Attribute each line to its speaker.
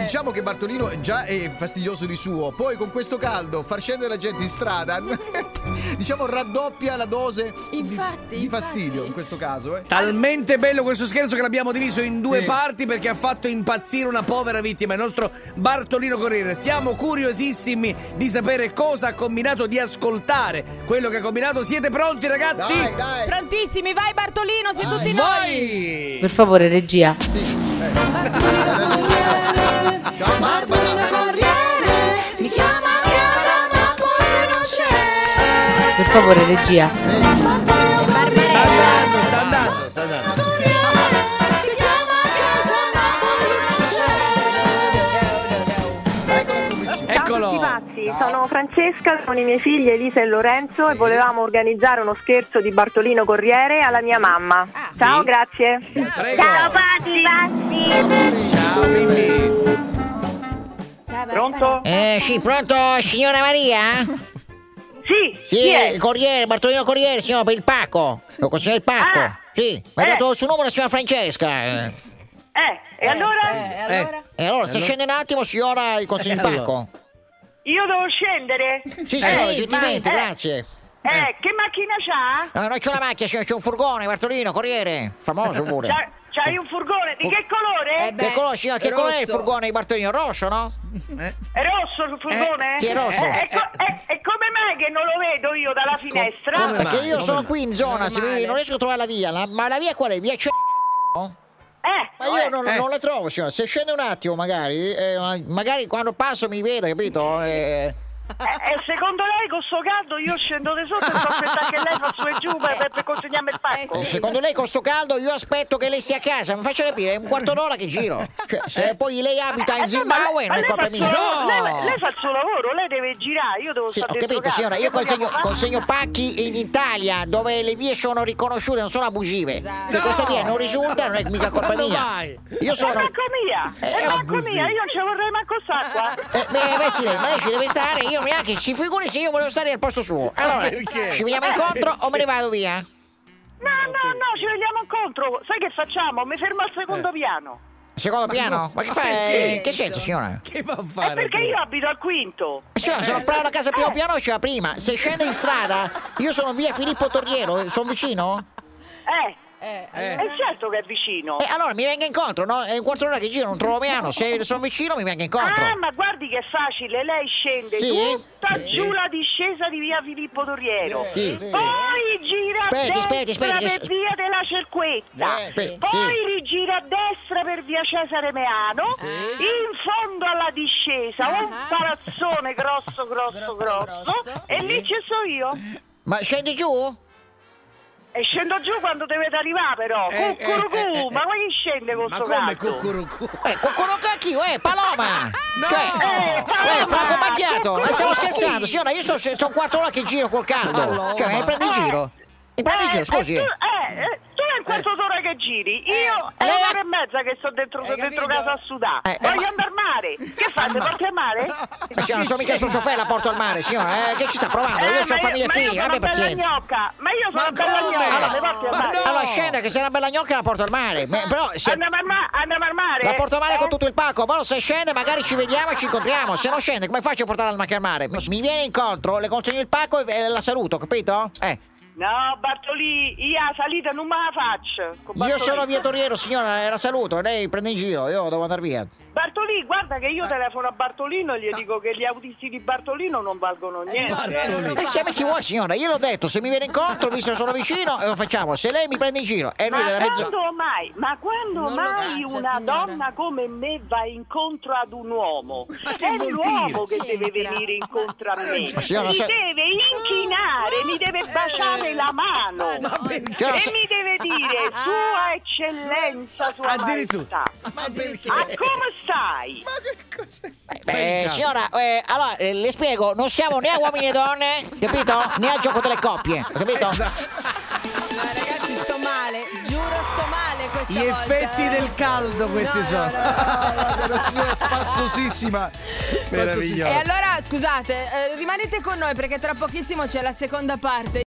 Speaker 1: diciamo che Bartolino già è fastidioso di suo, poi con questo caldo far scendere la gente in strada, diciamo raddoppia la dose di-
Speaker 2: Infatti,
Speaker 1: di,
Speaker 2: infatti.
Speaker 1: fastidio in questo caso. eh.
Speaker 3: Talmente bello questo scherzo che l'abbiamo diviso in due
Speaker 1: Sì.
Speaker 3: parti perché ha fatto impazzire una povera vittima, il nostro Bartolino Corriere. Siamo curiosissimi di sapere cosa ha combinato, di ascoltare quello che ha combinato. Siete pronti ragazzi?
Speaker 1: Dai, dai.
Speaker 2: Prontissimi, vai Bartolino,
Speaker 3: Ah,
Speaker 2: sei
Speaker 1: Vai.
Speaker 2: tutti noi!
Speaker 3: Vai!
Speaker 4: Per favore, regia.
Speaker 1: Ciao Barbara.
Speaker 2: Mi chiama a casa ma poi non c'è!
Speaker 4: Per favore, regia.
Speaker 3: Sta andando, sta andando, sta andando.
Speaker 5: Ciao a tutti
Speaker 3: Eccolo.
Speaker 5: pazzi, sono Francesca, sono i miei figli Elisa e Lorenzo e volevamo organizzare uno scherzo di Bartolino Corriere alla mia mamma.
Speaker 2: Ah,
Speaker 5: Ciao,
Speaker 3: sì.
Speaker 5: grazie.
Speaker 3: Prego.
Speaker 5: pazzi,
Speaker 3: Ciao bimbi.
Speaker 5: Pronto?
Speaker 6: Eh sì, pronto signora Maria?
Speaker 5: Sì,
Speaker 6: Sì,
Speaker 5: chi è?
Speaker 6: il Corriere, Bartolino Corriere, signora, per il pacco. Lo consiglio il pacco.
Speaker 5: Ah.
Speaker 6: Sì, mi ha
Speaker 5: Eh.
Speaker 6: dato il suo numero la signora Francesca. Eh,
Speaker 5: Eh, e allora?
Speaker 2: Eh, allora?
Speaker 6: E allora, se
Speaker 3: Allora.
Speaker 6: scende un attimo, signora, il consiglio il
Speaker 3: Eh, allora.
Speaker 6: pacco.
Speaker 5: Io devo scendere?
Speaker 6: Sì, signora,
Speaker 5: Eh,
Speaker 6: gentilmente,
Speaker 5: eh,
Speaker 6: grazie.
Speaker 5: Eh, che macchina c'ha?
Speaker 6: No, non c'è una macchina, signora, c'è un furgone, Bartolino, Corriere. Famoso pure.
Speaker 5: C'ha- C'hai un furgone, di che
Speaker 2: Eh,
Speaker 5: colore?
Speaker 2: beh,
Speaker 6: Che colore, signora? Che colore è il
Speaker 2: rosso.
Speaker 6: furgone di Bartolino? Rosso, no?
Speaker 5: È rosso il furgone?
Speaker 6: Eh, sì, è rosso.
Speaker 5: Eh, E co- eh, e come mai che non lo vedo io dalla finestra?
Speaker 3: come mai?
Speaker 6: Perché io
Speaker 3: come
Speaker 6: sono
Speaker 3: mai?
Speaker 6: qui in zona, si vede, non riesco a trovare la via. La- ma la via qual è? Via C***o?
Speaker 5: Eh,
Speaker 6: Ma io non,
Speaker 3: Eh.
Speaker 6: non la trovo, signora. Se scende un attimo, magari, eh, ma- magari quando passo mi vede, capito? Eh,
Speaker 5: Eh, eh, secondo lei con sto caldo io scendo di sotto e sto aspettando che lei fa su e giù per, per consegnarmi il pacco?
Speaker 2: Eh, sì.
Speaker 6: secondo lei con sto caldo io aspetto che lei sia a casa, mi faccia capire, è un quarto d'ora che giro. Cioè, se poi lei
Speaker 5: Eh,
Speaker 6: abita in
Speaker 5: no, ma
Speaker 6: Zimbabwe
Speaker 5: lei- ma
Speaker 6: non è
Speaker 5: lei
Speaker 6: colpa
Speaker 5: fa il suo
Speaker 6: mia.
Speaker 3: No!
Speaker 5: lavoro, Lei, lei fa il suo lavoro, lei deve girare, io devo
Speaker 6: Sì,
Speaker 5: stare
Speaker 6: ho
Speaker 5: dentro
Speaker 6: capito
Speaker 5: casa.
Speaker 6: signora, io
Speaker 5: Che vogliamo
Speaker 6: consegno,
Speaker 5: fare?
Speaker 6: consegno pacchi in Italia dove le vie sono riconosciute, non sono abusive. Se
Speaker 3: No!
Speaker 6: questa via non risulta non è mica colpa
Speaker 3: Quando
Speaker 6: mia.
Speaker 3: vai?
Speaker 6: Io
Speaker 5: È
Speaker 6: sono...
Speaker 5: manco mia,
Speaker 6: Eh,
Speaker 5: è manco
Speaker 3: abusi.
Speaker 5: mia, io non ci vorrei manco stare qua.
Speaker 6: Eh, beh, beh, sì, ma lei ci deve stare, io neanche ci figuri se io volevo stare al posto suo. Allora,
Speaker 3: Perché?
Speaker 6: ci veniamo incontro o me ne vado via?
Speaker 5: No, no, no, ci vediamo incontro. Sai che facciamo? Mi fermo al
Speaker 6: Eh.
Speaker 5: secondo piano.
Speaker 6: Secondo piano? ma che fai?
Speaker 3: perché?
Speaker 6: Eh, Che c'entra, signora?
Speaker 3: Che va a
Speaker 5: È
Speaker 3: fare?
Speaker 5: perché
Speaker 3: tu?
Speaker 5: io abito al quinto.
Speaker 6: Eh, Signora, sono a la casa primo piano, c'è la prima. Se scende in strada, io sono via Filippo Torriero, sono vicino?
Speaker 5: Eh,
Speaker 2: Eh,
Speaker 3: Eh.
Speaker 5: è certo che è vicino.
Speaker 6: E allora mi venga incontro, no? È un quarto d'ora che giro, non trovo piano. Se sono vicino, mi venga
Speaker 5: Ah,
Speaker 6: incontro.
Speaker 5: ma guardi che è facile, lei scende
Speaker 6: Sì?
Speaker 5: tutta
Speaker 6: Sì. Eh.
Speaker 5: giù la discesa di via Filippo Torriero.
Speaker 6: Sì, sì.
Speaker 5: Poi gira
Speaker 6: Aspetti,
Speaker 5: a destra
Speaker 6: aspetti, aspetti,
Speaker 5: per
Speaker 6: aspetti.
Speaker 5: via della Cerquetta.
Speaker 1: Eh,
Speaker 6: sì.
Speaker 5: Poi
Speaker 6: Sì.
Speaker 5: rigira a destra per via Cesare Meano. In fondo alla discesa un
Speaker 2: Ah.
Speaker 5: palazzone grosso,
Speaker 2: Grosso,
Speaker 5: grosso, grosso.
Speaker 2: grosso.
Speaker 5: E lì ci sono io.
Speaker 6: Ma scendi giù?
Speaker 5: E scendo giù quando dovete arrivare però.
Speaker 3: Eh,
Speaker 5: Cucurucù,
Speaker 3: eh, eh, eh.
Speaker 5: ma come scende con
Speaker 3: Ma
Speaker 5: sto
Speaker 3: come
Speaker 5: gatto?
Speaker 3: cucurucù?
Speaker 6: Eh, qualcuno cacchio, eh, Paloma!
Speaker 3: No!
Speaker 6: Cioè, eh, Franco Battiato, ma stiamo scherzando, signora, io sono sono quattro ore che giro col caldo.
Speaker 3: Paloma.
Speaker 6: Cioè, mi prendi in giro? Mi prendi in giro, scusi.
Speaker 5: Eh, tu, eh, eh, tu hai un quarto d'ora che giri, io è
Speaker 6: Eh.
Speaker 5: un'ora e mezza che sto dentro,
Speaker 2: Hai
Speaker 5: dentro
Speaker 2: capito?
Speaker 5: casa a sudare.
Speaker 6: Eh, eh,
Speaker 5: Voglio
Speaker 6: ma-
Speaker 5: andare al mare. Che fate? Porti al mare?
Speaker 6: Ma signora, non sono mica sul sofà e la porto al mare, signora. Eh, che ci sta provando?
Speaker 5: Eh,
Speaker 6: Io ho
Speaker 5: ma
Speaker 6: famiglia e
Speaker 5: ma io
Speaker 6: figli,
Speaker 5: sono
Speaker 6: abbia
Speaker 5: bella
Speaker 6: pazienza.
Speaker 5: gnocca, ma io sono
Speaker 3: Ma
Speaker 5: bella
Speaker 3: come?
Speaker 5: gnocca,
Speaker 6: Allora-
Speaker 5: mi porti al
Speaker 3: ma
Speaker 5: mare.
Speaker 3: no.
Speaker 6: Allora scenda che se è una bella gnocca la porto al mare. Ma- Però se
Speaker 5: Andiamo al, ma- andiamo al mare?
Speaker 6: cioè, la porto al mare
Speaker 5: Eh?
Speaker 6: con tutto il pacco, però se scende magari ci vediamo e ci incontriamo. Se non scende, come faccio a portarla al macchia al mare? Mi mi viene incontro, le consegno il pacco e e la saluto, capito? Eh.
Speaker 5: No, Bartolì, io la salita non me la faccio. con
Speaker 6: Io
Speaker 5: Bartolì.
Speaker 6: sono via Torriero, signora, eh, la saluto, lei prende in giro, io devo andare via.
Speaker 5: Bartolì, guarda che
Speaker 3: Eh.
Speaker 5: io telefono a Bartolino e gli dico che gli autisti di Bartolino non valgono niente. eh.
Speaker 3: Bartolino.
Speaker 6: E chiami chi vuoi, signora, io l'ho detto, se mi viene incontro, visto che sono vicino, eh, lo facciamo. Se lei mi prende in giro e lui
Speaker 5: Ma
Speaker 6: della mezzo.
Speaker 5: quando mai, ma quando
Speaker 2: Non lo
Speaker 5: mai
Speaker 2: faccia,
Speaker 5: una
Speaker 2: signora.
Speaker 5: donna come me va incontro ad un uomo?
Speaker 3: che
Speaker 5: È
Speaker 3: vuol
Speaker 5: l'uomo che
Speaker 2: dire?
Speaker 5: deve
Speaker 2: C'entra.
Speaker 5: venire incontro a me. Mi
Speaker 6: Ma signora, se-
Speaker 5: deve inchinare, mi deve baciare la mano.
Speaker 3: Ma perché?
Speaker 6: Signora,
Speaker 5: E
Speaker 6: se-
Speaker 5: mi deve dire, Sua Eccellenza, Sua
Speaker 3: Addirittura.
Speaker 5: Maestà.
Speaker 3: Ma perché?
Speaker 5: Ma come stai?
Speaker 6: Beh, signora, eh, allora eh, le spiego, non siamo né a uomini né donne, capito? Né al gioco delle coppie, capito?
Speaker 3: Esatto.
Speaker 2: Ma Ah, ragazzi, sto male, giuro sto male questa
Speaker 3: Gli
Speaker 2: volta.
Speaker 3: effetti
Speaker 2: eh.
Speaker 3: del caldo questi
Speaker 2: No, no,
Speaker 3: sono.
Speaker 2: no, no, no, no.
Speaker 1: È una Ah, signora spassosissima. Spassosissima.
Speaker 3: Meraviglioso.
Speaker 2: E allora, scusate, eh, rimanete con noi perché tra pochissimo c'è la seconda parte.